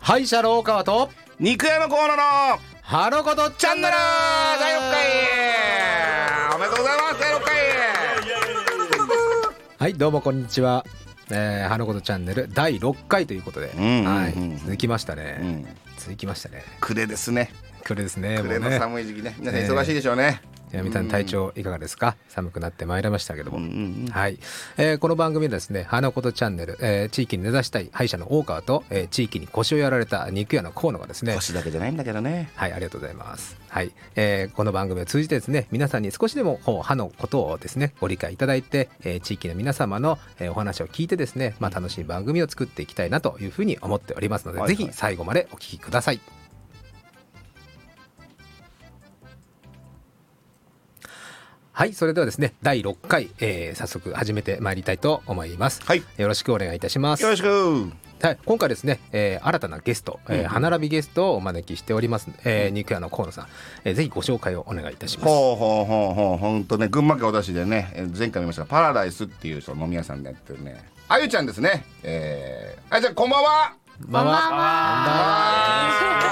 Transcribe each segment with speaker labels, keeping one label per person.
Speaker 1: 歯医者老川と
Speaker 2: 肉山河野の
Speaker 1: ハロコトチ
Speaker 2: チ
Speaker 1: ャ
Speaker 2: ャ
Speaker 1: ン
Speaker 2: ン
Speaker 1: ネ
Speaker 2: ネ
Speaker 1: ル
Speaker 2: ル第6回おめでとうございます第6回
Speaker 1: はいどうもこんにちは、えー、ハロコトチャンネル第6回ということで、
Speaker 2: んうんうん
Speaker 1: はい続きましたね、
Speaker 2: ん
Speaker 1: 続きましたね
Speaker 2: 暮れですね
Speaker 1: これですねも
Speaker 2: 暮れ
Speaker 1: う
Speaker 2: の
Speaker 1: ね
Speaker 2: 寒い時期ね皆さん忙しいでしょうね、
Speaker 1: みさん体調いかがですか寒くなってまいりましたけども、
Speaker 2: うんうんうん
Speaker 1: はい、えーこの番組はですね「花ことチャンネル」えー地域に根ざしたい歯医者の大川と、えー地域に腰をやられた肉屋の河野がですね
Speaker 2: 腰だけじゃないんだけどね
Speaker 1: はい、ありがとうございます。はい、えーこの番組を通じてですね、皆さんに少しでもこう歯のことをですね、ご理解いただいて、えー地域の皆様の、えーお話を聞いてですね、まあ楽しい番組を作っていきたいなというふうに思っておりますので、
Speaker 2: はいはい
Speaker 1: ぜひ最後までお聞きください。はい、それではですね、第6回、えー早速始めてまいりたいと思います。
Speaker 2: はい
Speaker 1: よろしくお願いいたします。
Speaker 2: よろしく
Speaker 1: はい、今回ですね、えー新たなゲスト、えー、歯並びゲストをお招きしております、えー、肉屋の河野さん、えー、ぜひご紹介をお願いいたします。
Speaker 2: ほうほうほうほうほんとね群馬県小田市でねえー前回見ましたパラダイスっていうその飲み屋さんでやってるねあゆちゃんですねえー、あゆちゃんこんばんは
Speaker 1: まあま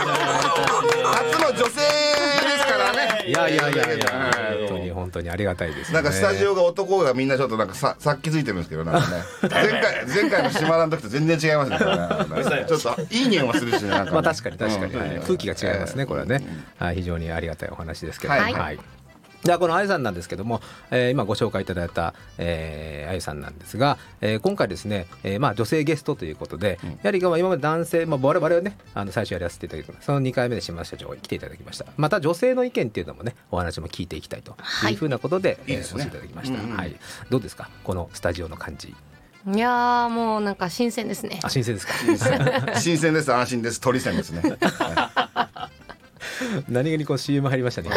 Speaker 2: 初の女性ですからね
Speaker 1: いやいやいやいや
Speaker 2: う、ん
Speaker 1: 本当に本当にありがたいです、ね。
Speaker 2: なんかスタジオが男がみんなちょっとなんかさ殺気づいてるんですけどなんかね 前回前回の島田の時と全然違いますねなんかねちょっといい匂いはするしねなんかね
Speaker 1: まあ確かに確かに、
Speaker 2: うん
Speaker 1: はい空気が違いますね、これはね、はい、非常にありがたいお話ですけど、
Speaker 2: はい
Speaker 1: はいじゃあこのあゆさんなんですけども、えー今ご紹介いただいた、えー、あゆさんなんですが、えー今回ですね、えーまあ、女性ゲストということで、やはり今まで男性、まあ、我々はねあの最初やらせていただきましたその2回目で島下長に来ていただきましたまた女性の意見っていうのもねお話も聞いていきたいというふうなことで、えー
Speaker 2: いいです
Speaker 1: お
Speaker 2: ね
Speaker 1: 越しいただきました、はい、どうですかこのスタジオの感じ
Speaker 3: いやーもうなんか新鮮ですね
Speaker 1: あ。新鮮ですか
Speaker 2: 新鮮です安心です鳥鮮ですね
Speaker 1: 何気にこう CM 入りましたね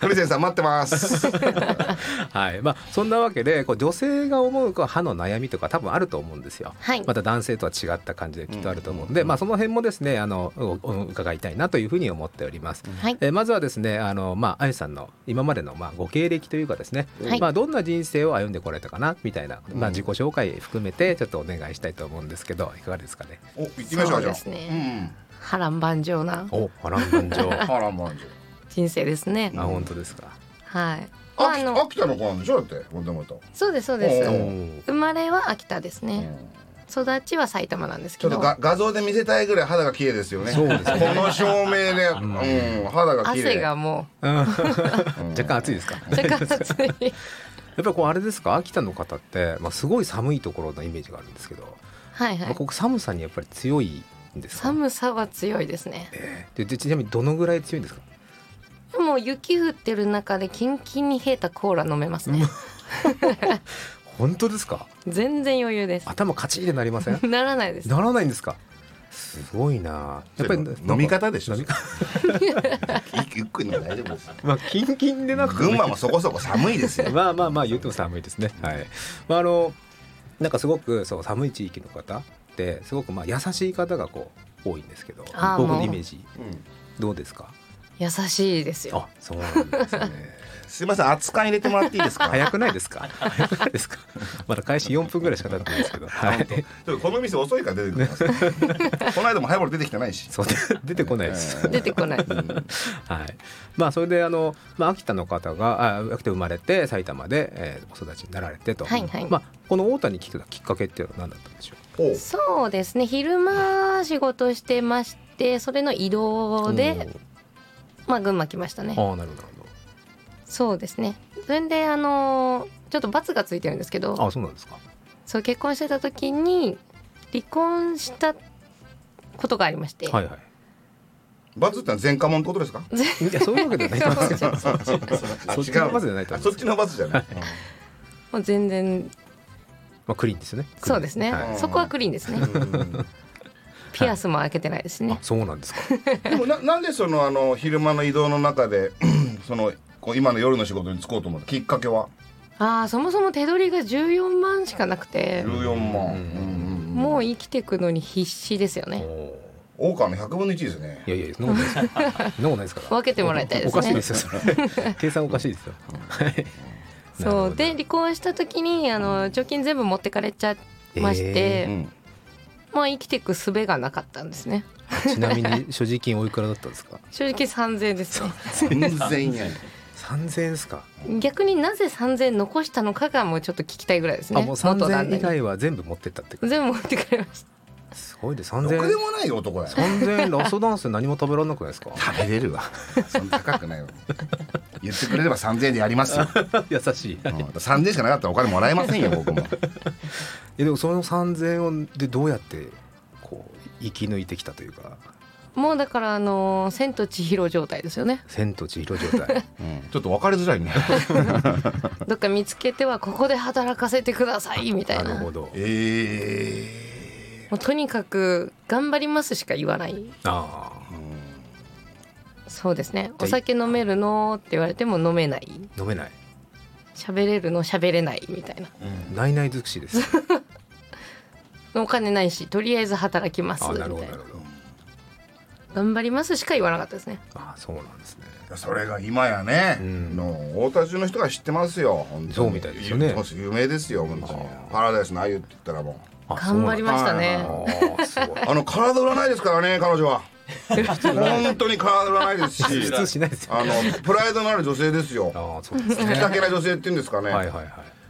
Speaker 2: 鳥鮮さん待ってます
Speaker 1: はいまあ、そんなわけでこう女性が思うこう歯の悩みとか多分あると思うんですよ、
Speaker 3: はい
Speaker 1: また男性とは違った感じできっとあると思うんで、まあ、その辺もですねあのおお伺いたいなというふうに思っております、
Speaker 3: はい
Speaker 1: えーまずはですねあの、まああゆさんの今までの、まあ、ご経歴というかですね、
Speaker 3: はい
Speaker 1: まあ、どんな人生を歩んでこられたかなみたいな、まあ、自己紹介含めてちょっとお願いしたいと思うんですけどいかがですかね
Speaker 2: お行きましょうじゃあ
Speaker 3: そうですね波乱万丈な
Speaker 1: お波乱万丈
Speaker 2: うん
Speaker 1: あ
Speaker 2: あらまんじゅう
Speaker 3: 人生ですね。
Speaker 1: 本当ですか
Speaker 3: はい。まああ
Speaker 2: 秋
Speaker 3: の
Speaker 2: 秋田の子なんでしょだってもともと
Speaker 3: そうですそう
Speaker 2: お
Speaker 3: です。
Speaker 1: ー
Speaker 3: 生まれは秋田です
Speaker 2: う
Speaker 3: ね。
Speaker 2: ん
Speaker 3: 育ちは埼玉なんです
Speaker 2: ちょ
Speaker 3: け
Speaker 2: っと
Speaker 3: ど。
Speaker 2: が画像で見せたいぐらい肌が綺麗ですよね
Speaker 1: そうですね
Speaker 2: この照明で、うん、肌が綺麗
Speaker 3: 汗がも
Speaker 2: うん
Speaker 1: 若干暑いですか
Speaker 3: う若干暑い。
Speaker 1: やっぱりこうあれですか秋田の方って、まあ、すごい寒いところのイメージがあるんですけど、
Speaker 3: はいは
Speaker 1: まあ
Speaker 3: い。
Speaker 1: ここ寒さにやっぱり強いんですか
Speaker 3: 寒さは強いですね。
Speaker 1: ででちなみにどのぐらい強いんですか
Speaker 3: もう雪降ってる中でキンキンに冷えたコーラ飲めますね。
Speaker 1: 本当ですか
Speaker 3: 全然余裕です。
Speaker 1: 頭カチッてなりませ ん
Speaker 3: ならないです。
Speaker 1: ならないんですかすごいなやっぱり
Speaker 2: でも飲み方でしょ
Speaker 1: 飲み方
Speaker 2: ゆっくりの大丈夫ですよ
Speaker 1: まあキンキンでなくて
Speaker 2: 群馬もそこそこ寒いです よ
Speaker 1: まあまあまあ言っても寒いですね。はい。まああのなんかすごくそう寒い地域の方ってすごくまあ優しい方がこう多いんですけど、
Speaker 3: あー
Speaker 1: 僕
Speaker 3: も
Speaker 1: の
Speaker 3: う
Speaker 1: イメージ
Speaker 2: うん
Speaker 1: どうですか。
Speaker 3: 優しいですよ。
Speaker 1: あ、そうなんですね。
Speaker 2: すいません熱燗入れてもらっていいですか
Speaker 1: 早くないですか。早くないですか。まだ開始4分ぐらいしか経ってないですけど。は
Speaker 2: 本当
Speaker 1: い。
Speaker 2: ちょっとこの店遅いから出てくるこの間もハイボール出てきてないし
Speaker 1: そうで出てこないです。
Speaker 3: 出てこない。
Speaker 1: はい。まあそれであのまあ秋田の方があ秋田生まれて埼玉で、えーお育ちになられてと。
Speaker 3: はいはい
Speaker 1: まあこの大田に来てたきっかけっていうのは何だったんでしょ
Speaker 2: お
Speaker 3: そうですね昼間仕事してましてそれの移動
Speaker 1: う。
Speaker 3: で、まあ、群馬来ました
Speaker 1: お
Speaker 3: ね
Speaker 1: ー。ああなるほどなる
Speaker 3: そうですねそれであのーちょっと罰がついてるんですけ
Speaker 1: ほど。あ
Speaker 3: ど
Speaker 1: ーそうなんですか。
Speaker 3: そう結婚してた時に離婚したことがありまして、
Speaker 1: はいはい。
Speaker 2: バズってのは前科者ってことですか
Speaker 1: いやそういうわけでは ないと思いますよ。
Speaker 2: あ
Speaker 1: そっちのバズじゃないと思い
Speaker 2: あそ
Speaker 1: ま
Speaker 2: っ
Speaker 1: す
Speaker 2: ちのバズじゃない
Speaker 3: もう全然
Speaker 1: まあクリーンですよね。クリーン
Speaker 3: そうですね、
Speaker 1: はい
Speaker 3: そこはクリーンですね
Speaker 2: うん
Speaker 3: ピアスも開けてないです
Speaker 1: あ
Speaker 3: ね、
Speaker 1: そうなんですか。
Speaker 2: でもななんでそのあの昼間の移動の中で そのこう今の夜の仕事に就こうと思ったきっかけは
Speaker 3: ああそもそも手取りが14万しかなくて、
Speaker 1: うん
Speaker 2: 14万うんうん
Speaker 3: もう生きていくのに必死ですよ
Speaker 1: お
Speaker 3: ね
Speaker 1: ー
Speaker 2: 大川の100分の1ですね
Speaker 1: いやいやそんなことないです。そんなことないですから。
Speaker 3: 分けてもらいたいですね
Speaker 1: おかしいですよそれ。計算おかしいですよ。はいなるほ
Speaker 3: そ
Speaker 1: ど
Speaker 3: うで離婚した時にあの貯金全部持ってかれちゃいまして、
Speaker 2: うん
Speaker 3: まあ生きていく術がなかったんですね
Speaker 1: ちなみに 所持金おいくらだったんですか
Speaker 3: 正直3000円ですね
Speaker 2: 全然やん
Speaker 1: 3000円ですか、
Speaker 3: 逆になぜ3000円残したのかがもうちょっと聞きたいぐらいですね
Speaker 1: あもう
Speaker 3: 元
Speaker 1: 3000
Speaker 3: 旦那
Speaker 1: 円
Speaker 3: に
Speaker 1: 以外は全部持ってったってこと
Speaker 3: 全部持ってくれました
Speaker 1: すごいで3000
Speaker 2: ろくで
Speaker 1: 円
Speaker 2: もない男や
Speaker 1: 3000円ラストダンス何も 食べられなくないですか
Speaker 2: 食べれるわそんな高くないわ言ってくれれば3000円でや りますよ、
Speaker 1: 優しい
Speaker 2: うん、3000円しかなかったらお金もらえませんよ僕も
Speaker 1: えでもその3,000円でどうやってこう生き抜いてきたというか
Speaker 3: もうだからあのー千と千尋状態ですよね
Speaker 1: 「千と千尋」状態
Speaker 2: うんちょっと分かりづらいね。
Speaker 3: どっか見つけてはここで働かせてください みたい
Speaker 1: な
Speaker 3: な
Speaker 1: るほど
Speaker 2: え
Speaker 3: もうとにかく頑張りますしか言わない
Speaker 1: あ
Speaker 2: え
Speaker 3: そうですね
Speaker 1: じゃあ
Speaker 3: お酒飲めるのって言われても飲めない
Speaker 1: あ飲めない
Speaker 3: 喋れるの喋れないみたいな
Speaker 1: ないない尽くしです
Speaker 3: お金ないしとりあえず働きます
Speaker 1: あ
Speaker 3: み
Speaker 1: な
Speaker 3: た
Speaker 1: いる
Speaker 3: な
Speaker 1: ほどなるほど
Speaker 3: 頑張りますしか言わなかったですね
Speaker 1: あそうなんですね
Speaker 2: それが今やね、
Speaker 1: うん
Speaker 2: の大田中の人が知ってますよ本当に
Speaker 1: そうみたいですよね
Speaker 2: 有有名ですよ本当にパラダイスのあゆって言ったらもう
Speaker 1: あ
Speaker 3: 頑張りましたね
Speaker 1: そうなんだあー すごい
Speaker 2: あの体占いですからね彼女 は本当に体占いです
Speaker 1: 普通
Speaker 2: し
Speaker 1: しないですよ
Speaker 2: あのプライドのある女性ですよ
Speaker 1: ああそうです
Speaker 2: き
Speaker 1: ね
Speaker 2: たけな女性っていうんですかね、
Speaker 1: はいはいはい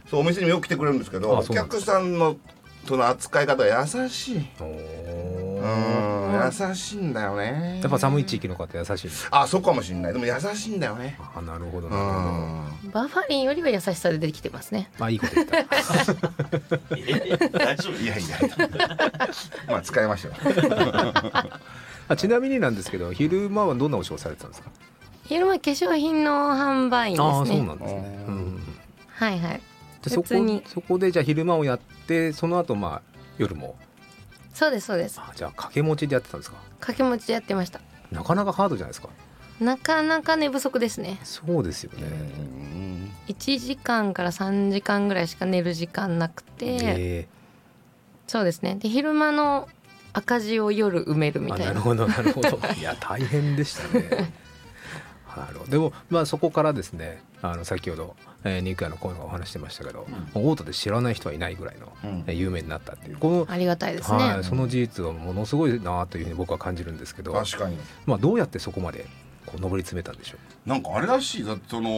Speaker 2: そうお店にもよく来てくれるんですけど
Speaker 1: あ
Speaker 2: お
Speaker 1: そうなんだ
Speaker 2: 客さんのとの扱い方が優しい
Speaker 1: お
Speaker 2: う
Speaker 1: ー
Speaker 2: ん優しいんだよね
Speaker 1: やっぱ寒い地域の方優しいんです
Speaker 2: あそうかもしれないでも優しいんだよね
Speaker 1: あなるほど
Speaker 2: う
Speaker 1: なるほど
Speaker 2: ん
Speaker 3: バファリンよりは優しさでできてますね
Speaker 1: まあいいこと言った
Speaker 4: 大丈夫
Speaker 2: いやいや。 まあ使いましょう。
Speaker 1: あちなみになんですけど昼間はどんなお仕事されてたんですか
Speaker 3: 昼間化粧品の販売員ですね
Speaker 1: ああそうなんですね
Speaker 2: う
Speaker 1: うんん
Speaker 3: はいはい
Speaker 1: でそこ
Speaker 3: 別に
Speaker 1: そこでじゃあ昼間をやってその後まあ夜も
Speaker 3: そうですそうです
Speaker 1: あじゃあ掛け持ちでやってたんですか
Speaker 3: 掛け持ちでやってました
Speaker 1: なかなかハードじゃないですか
Speaker 3: なかなか寝不足ですね
Speaker 1: そうですよね、
Speaker 3: 1時間から3時間ぐらいしか寝る時間なくて、
Speaker 1: え
Speaker 3: そうですねで昼間の赤字を夜埋める
Speaker 1: ー
Speaker 3: み
Speaker 1: あ
Speaker 3: たい
Speaker 1: な
Speaker 3: な
Speaker 1: るほどなるほ どいや大変でしたねなるほどでもまあそこからですねあの先ほど、えー、肉屋のコーナーがお話してましたけど、オートで知らない人はいないぐらいの、
Speaker 2: うん
Speaker 1: えー有名になったっていうこの、
Speaker 3: ありがたいですね、
Speaker 1: はいその事実はものすごいなというふうに僕は感じるんですけど、
Speaker 2: 確かに。
Speaker 1: まあ、どうやってそこまでこう上り詰めたんでしょ
Speaker 2: なんかあれらしいだってその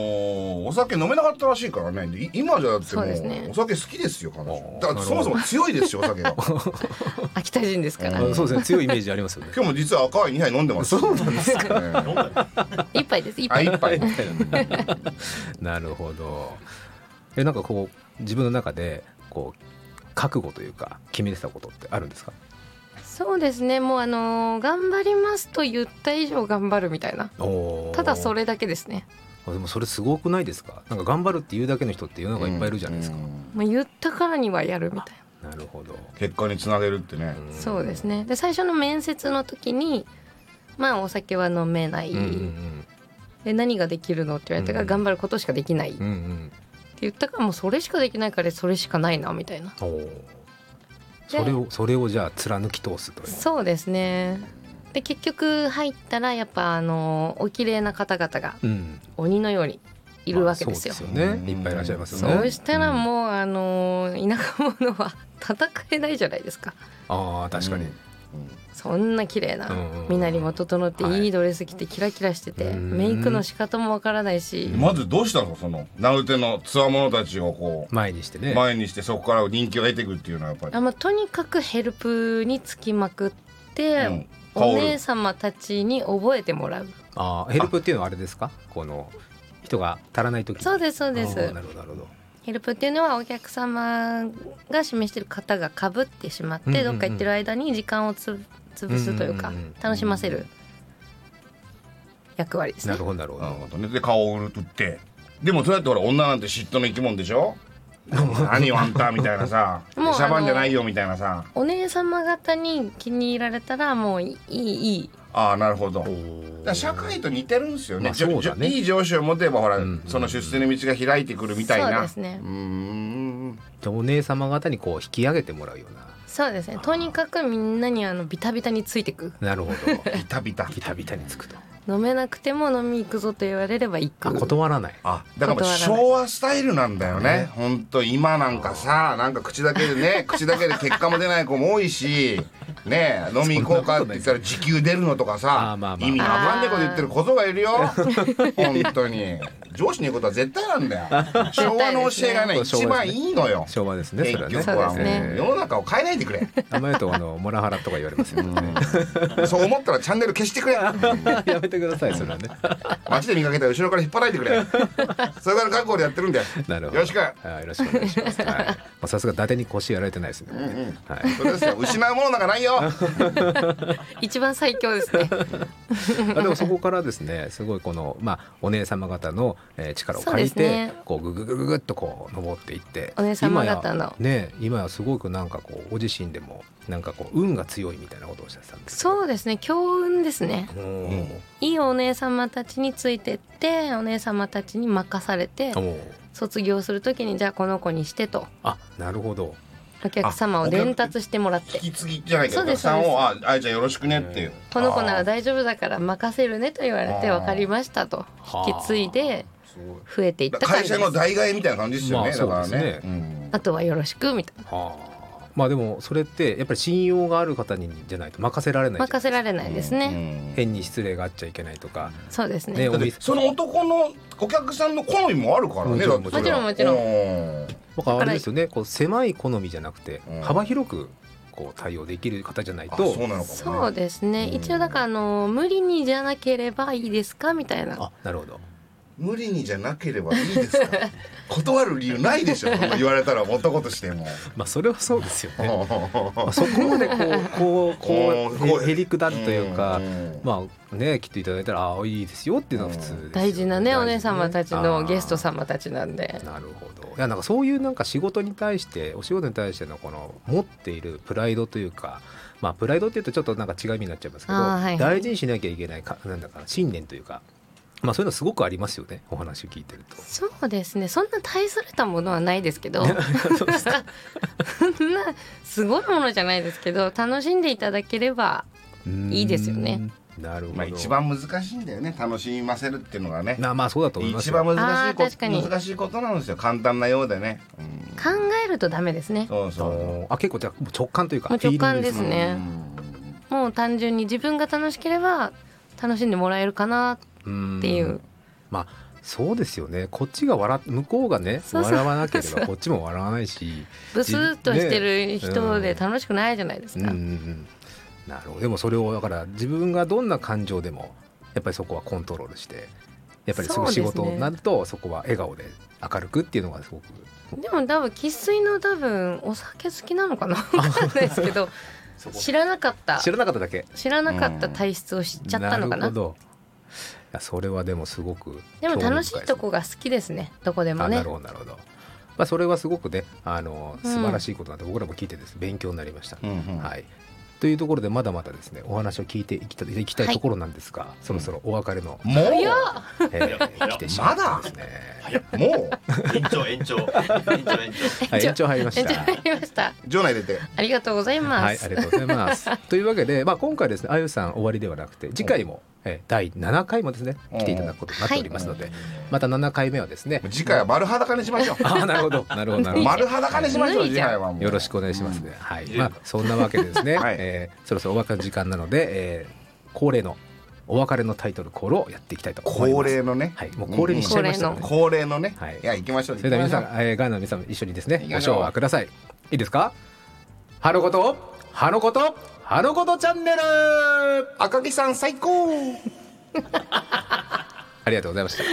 Speaker 2: お酒飲めなかったらしいからねでい今じゃだっても
Speaker 3: そう
Speaker 2: う
Speaker 3: ですね
Speaker 2: お酒好きですよ
Speaker 1: あ
Speaker 2: 彼女
Speaker 1: ー
Speaker 2: だってそもそも強いですよお酒が
Speaker 3: 秋田人ですか
Speaker 1: う
Speaker 3: ら、
Speaker 1: あのそうですね強いイメージありますよね
Speaker 2: 今日も実は赤ワイン2杯飲んでますそうなんですか、
Speaker 4: 飲ん
Speaker 2: ね、
Speaker 4: だね
Speaker 3: 一杯です一
Speaker 2: あ
Speaker 3: 杯
Speaker 2: 一 杯
Speaker 1: なるほど。えなんかこう自分の中でこう覚悟というか決めてたことってあるんですか。
Speaker 3: そうですねもうあのー頑張りますと言った以上頑張るみたいなただそ
Speaker 1: れ
Speaker 3: れだけですね
Speaker 1: でもそれすごくないですか。なんか頑張るっていうだけの人って世の中いっぱいいるじゃないですか。
Speaker 2: うん
Speaker 3: もう言ったからにはやるみたい
Speaker 1: なるほど。
Speaker 2: 結果につなげるって
Speaker 1: ん
Speaker 2: ね
Speaker 3: なそうです。ねで最初の面接の時にまあお酒は飲めない、
Speaker 1: うんうん
Speaker 3: で何ができるのって言われたから
Speaker 1: うん
Speaker 3: 頑張ることしかできないって
Speaker 1: うんうんうん。
Speaker 3: 言ったからもうそれしかできないからそれしかないなみたいな
Speaker 1: おーそれをそれをじゃあ貫き通すという。
Speaker 3: そうですねで結局入ったらやっぱあのお綺麗な方々が
Speaker 1: うん。
Speaker 3: 鬼のようにいるわけですよ
Speaker 1: まあ、そうですよね。いっぱいいらっしゃいますよね。
Speaker 3: そうしたらもう、あのー田舎者は戦えないじゃないですか
Speaker 1: うん。ああ確かに。
Speaker 3: そんな綺麗な
Speaker 1: うんうんうん
Speaker 3: 身なりも整って
Speaker 1: はい
Speaker 3: いいドレス着てキラキラしてて、
Speaker 1: うん
Speaker 3: メイクの仕方もわからないし、
Speaker 2: うんまずどうしたのその名うてのつわものたちをこ
Speaker 1: 前にして
Speaker 2: う
Speaker 1: ね。
Speaker 2: 前にしてそこから人気を得ていくっていうのはやっぱり
Speaker 3: あまあ、とにかくヘルプにつきまくって、
Speaker 2: うん
Speaker 3: お姉様たちに覚えてもらう
Speaker 1: ああヘルプっていうのはあれですか。この人が足らない時に。
Speaker 3: そうですそうで
Speaker 1: あー
Speaker 3: す
Speaker 1: なるほどなるほど。
Speaker 3: ヘルプっていうのはお客様が示してる方がかぶってしまって、
Speaker 1: うんうんうん
Speaker 3: どっか行ってる間に時間をつ潰すというか、
Speaker 1: うんうんうん
Speaker 3: 楽しませる役割です
Speaker 1: な
Speaker 3: ね
Speaker 1: るほどなるほ
Speaker 2: なる
Speaker 1: ど。
Speaker 2: ほどね。で顔を売って。でもそうやってほら女なんて嫉妬の生き物で しょ何よあんたみたいなさシ
Speaker 3: もう
Speaker 2: ャバンじゃないよみたいなさ
Speaker 3: お姉様方に気に入られたらもういいいい
Speaker 2: ああなるほどだから社会と似てるんですよね,
Speaker 1: まあ
Speaker 2: じょ、
Speaker 1: そうだね
Speaker 2: じょいい上司を持てばほら、
Speaker 1: ん
Speaker 2: その出世の道が開いてくるみたい
Speaker 3: そう
Speaker 2: な
Speaker 3: ですね
Speaker 2: うーん
Speaker 1: じゃあお姉様方にこう引き上げてもらうような。
Speaker 3: そうですねとにかくみんなにあのビタビタについてく
Speaker 1: なるほど。
Speaker 2: ビタビタ
Speaker 1: ビタビタにつくと。
Speaker 3: 飲めなくても飲み行くぞと言われれば行
Speaker 1: あ
Speaker 3: く
Speaker 1: 断らない
Speaker 2: あだからもう
Speaker 3: 断らない
Speaker 2: 昭和スタイルなんだよね本当今なんかさなんか口だけで ね口だけで結果も出ない子も多いしね飲み行こうかって言ったら時給出るのとか
Speaker 1: あー
Speaker 2: さ
Speaker 1: まあまあ
Speaker 2: 意味わかんねえこと言ってる小僧がいるよ本当に上司に言うことは絶対なんだよ昭和の教えがね
Speaker 1: 絶対ですね
Speaker 2: 一番いいのよ
Speaker 1: 昭和ですねそ
Speaker 2: 結
Speaker 1: れはね
Speaker 2: 局はも
Speaker 3: そううですね
Speaker 2: 世の中を変えないでくれ
Speaker 1: 名前とあのモラハラとか言われますよ、ね、
Speaker 2: そう思ったらチャンネル消してく れ
Speaker 1: やめてくださいそれはね
Speaker 2: 街で見かけたら後ろから引っ張られてくれそれから覚悟でやってるんだよ
Speaker 1: なるほど
Speaker 2: よろしく
Speaker 1: はいよろしくお願いしますはいまあさすが伊達に腰やられてないですね、はい
Speaker 2: それですよ失うものなんかないよ
Speaker 3: 一番最強です ね
Speaker 1: あでもそこからですねすごいこの、まあ、お姉様方の、えー力を借りて
Speaker 3: そうですね
Speaker 1: こうグググググっとこう登っていって
Speaker 3: お姉様方の
Speaker 1: 今やね今やすごくなんかこうご自身でもなんかこう運が強いみたいなことをおっしゃってたんですけど
Speaker 3: そうですね強運ですね
Speaker 1: う
Speaker 2: うん
Speaker 1: ん
Speaker 3: いいお姉様たちについてってお姉様たちに任されて
Speaker 1: おう
Speaker 3: 卒業するときにじゃあこの子にしてと
Speaker 1: あなるほど
Speaker 3: お客様を伝達してもらって
Speaker 2: 引き継ぎじゃないけど
Speaker 3: そ
Speaker 2: お
Speaker 3: う
Speaker 2: 客
Speaker 3: です
Speaker 2: さんを「ああいちゃんよろしくね」っていう
Speaker 3: この子なら
Speaker 2: あー
Speaker 3: 大丈夫だから任せるねと言われて
Speaker 2: あー
Speaker 3: 分かりましたと
Speaker 1: はあ
Speaker 3: 引き継いで増えていっ
Speaker 2: だ
Speaker 3: た
Speaker 2: から
Speaker 3: 感
Speaker 2: 会
Speaker 3: じ
Speaker 2: 社
Speaker 3: で
Speaker 2: の
Speaker 3: す
Speaker 2: 代替えみたいな感じですよね、
Speaker 1: まあそうですね
Speaker 2: だからね、
Speaker 3: あとはよろしくみたいな
Speaker 1: はあまあでもそれってやっぱり信用がある方にじゃないと任せられない
Speaker 3: 任せられな
Speaker 2: う
Speaker 3: い
Speaker 2: ん
Speaker 3: ですね、
Speaker 2: うん
Speaker 1: 変に失礼があっちゃいけないとか、
Speaker 3: そうですね
Speaker 1: ね
Speaker 2: だってその男のお客さんの好みもあるから
Speaker 1: も
Speaker 2: ね
Speaker 1: ちろん
Speaker 2: だってそれは
Speaker 3: もちろんも
Speaker 2: うん
Speaker 1: 僕はあれですよねこう狭い好みじゃなくて
Speaker 2: うん
Speaker 1: 幅広くこう対応できる方じゃない
Speaker 2: あ
Speaker 1: と、
Speaker 2: そうなのかもね
Speaker 3: そうですね、
Speaker 2: うん
Speaker 3: 一応だからあの無理にじゃなければいいですかみたいな
Speaker 1: あなるほど
Speaker 2: 無理にじゃなければいいです か断る理由ないでしょそんな言われたら男とし ても
Speaker 1: まあそれはそうですよね。ま
Speaker 2: こ
Speaker 1: あ、 そこまでこうこうこう
Speaker 2: こう
Speaker 1: へへりくだるというか、
Speaker 2: ま
Speaker 1: まあね来ていただいたらああいいですよっていうのは普通ですよね、
Speaker 3: 大事なねお姉様たちのゲスト
Speaker 1: ん
Speaker 3: 様たちなんで
Speaker 1: なるほどいやなんかそういうなんか仕事に対してお仕事に対してのこの持っているプライドというかまあプライドっていうとちょっとなんか違う意味になっちゃいますけど、
Speaker 3: あーはいはい
Speaker 1: 大事にしなきゃいけないかなんだかな信念というかまあそういうのすごくありますよねお話を聞いてると。
Speaker 3: そうですねそんな大それたものはないですけど
Speaker 1: そうですか
Speaker 3: そんなすごいものじゃないですけど楽しんでいただければいいですよね。
Speaker 1: うーんなるほど。
Speaker 2: あ一番難しいんだよね楽しませるっていうのがね
Speaker 1: なまあそうだと思います
Speaker 2: 一
Speaker 1: よ
Speaker 2: 番難しいこ
Speaker 3: あー確かに
Speaker 2: と難しいことなんですよ簡単なようでね、うん
Speaker 3: 考えるとダメですね
Speaker 2: そうそう
Speaker 1: あ結構じゃあ直感というか
Speaker 3: もう直感です
Speaker 1: フィーリング
Speaker 3: そうねもう単純に自分が楽しければ楽しんでもらえるかな
Speaker 1: うん
Speaker 3: っていう
Speaker 1: まあそうですよねこっちが笑っ向こうがね
Speaker 3: そうそう
Speaker 1: 笑わなければこっちも笑わないし
Speaker 3: ブスッとしてる人で楽しくないじゃないです
Speaker 1: うんう
Speaker 3: か、
Speaker 1: んうんなるほどでもそれをだから自分がどんな感情でもやっぱりそこはコントロールしてやっぱりすごい仕
Speaker 3: そうです
Speaker 1: 事
Speaker 3: ね
Speaker 1: になるとそこは笑顔で明るくっていうのがすごく
Speaker 3: でも多分生粋の多分お酒好きなのかなわかんないです けど
Speaker 4: そこ
Speaker 3: 知らなかった
Speaker 1: 知らなかっただけ
Speaker 3: 知らなかった体質を知っちゃったのかな
Speaker 1: るほどいやそれはでもすごく
Speaker 3: でも楽し
Speaker 1: 興味深
Speaker 3: い
Speaker 1: です
Speaker 3: とこが好きですねどこでも
Speaker 1: あな
Speaker 3: ね
Speaker 1: るほどなるほど。まあそれはすごくねあの
Speaker 3: うん
Speaker 1: 素晴らしいことなんで、僕らも聞いてです勉強になりました。
Speaker 2: うんうん
Speaker 1: はい。というところでまだまだですねお話を聞いていきたいいきたいところなんですが、そろそろお別れの、
Speaker 2: もう
Speaker 3: いや
Speaker 1: えー、来てしまったんですね。
Speaker 4: 早っ
Speaker 2: もう
Speaker 4: 延長延長延長延長
Speaker 1: はい、延長入りま
Speaker 3: え
Speaker 1: し
Speaker 3: じゃ
Speaker 1: た
Speaker 3: あ。やりました
Speaker 2: 場内出て
Speaker 3: ありがとうございます、
Speaker 1: はい、ありがとうございます。というわけで、まあ、今回ですね、あゆさん終わりではなくて、次回も、えー第7回もですね、来ていただくことになっておりますので、また7回目はですね、
Speaker 2: 次回は丸裸にしましょ
Speaker 1: ああ、なるほど、なるほど、なるほど。
Speaker 2: 丸裸にしましょう
Speaker 3: 脱い
Speaker 2: 次
Speaker 3: じゃん
Speaker 2: 回はもう
Speaker 1: よろしくお願いしますね。はい。
Speaker 4: いい
Speaker 1: ま
Speaker 4: よ
Speaker 1: あそんなわけでですね。
Speaker 2: はい
Speaker 1: えーそろそろお別れの時間なので、えー恒例のお別れのタイトルコールをやっていきたいと思います。
Speaker 2: 恒例のね
Speaker 1: はい。もう恒例にしちゃいましたからね。
Speaker 2: 恒例のね、
Speaker 1: はい
Speaker 2: い、や行きましょう
Speaker 1: それでは皆さん、えーガーナの皆さんも一緒にですね
Speaker 2: 行、き
Speaker 1: ご
Speaker 2: ましょう
Speaker 1: 唱和ください。いいですか？ハのこと、ハのこと、ハのことチャンネル。
Speaker 2: 赤木さん最高
Speaker 1: ありがとうございました。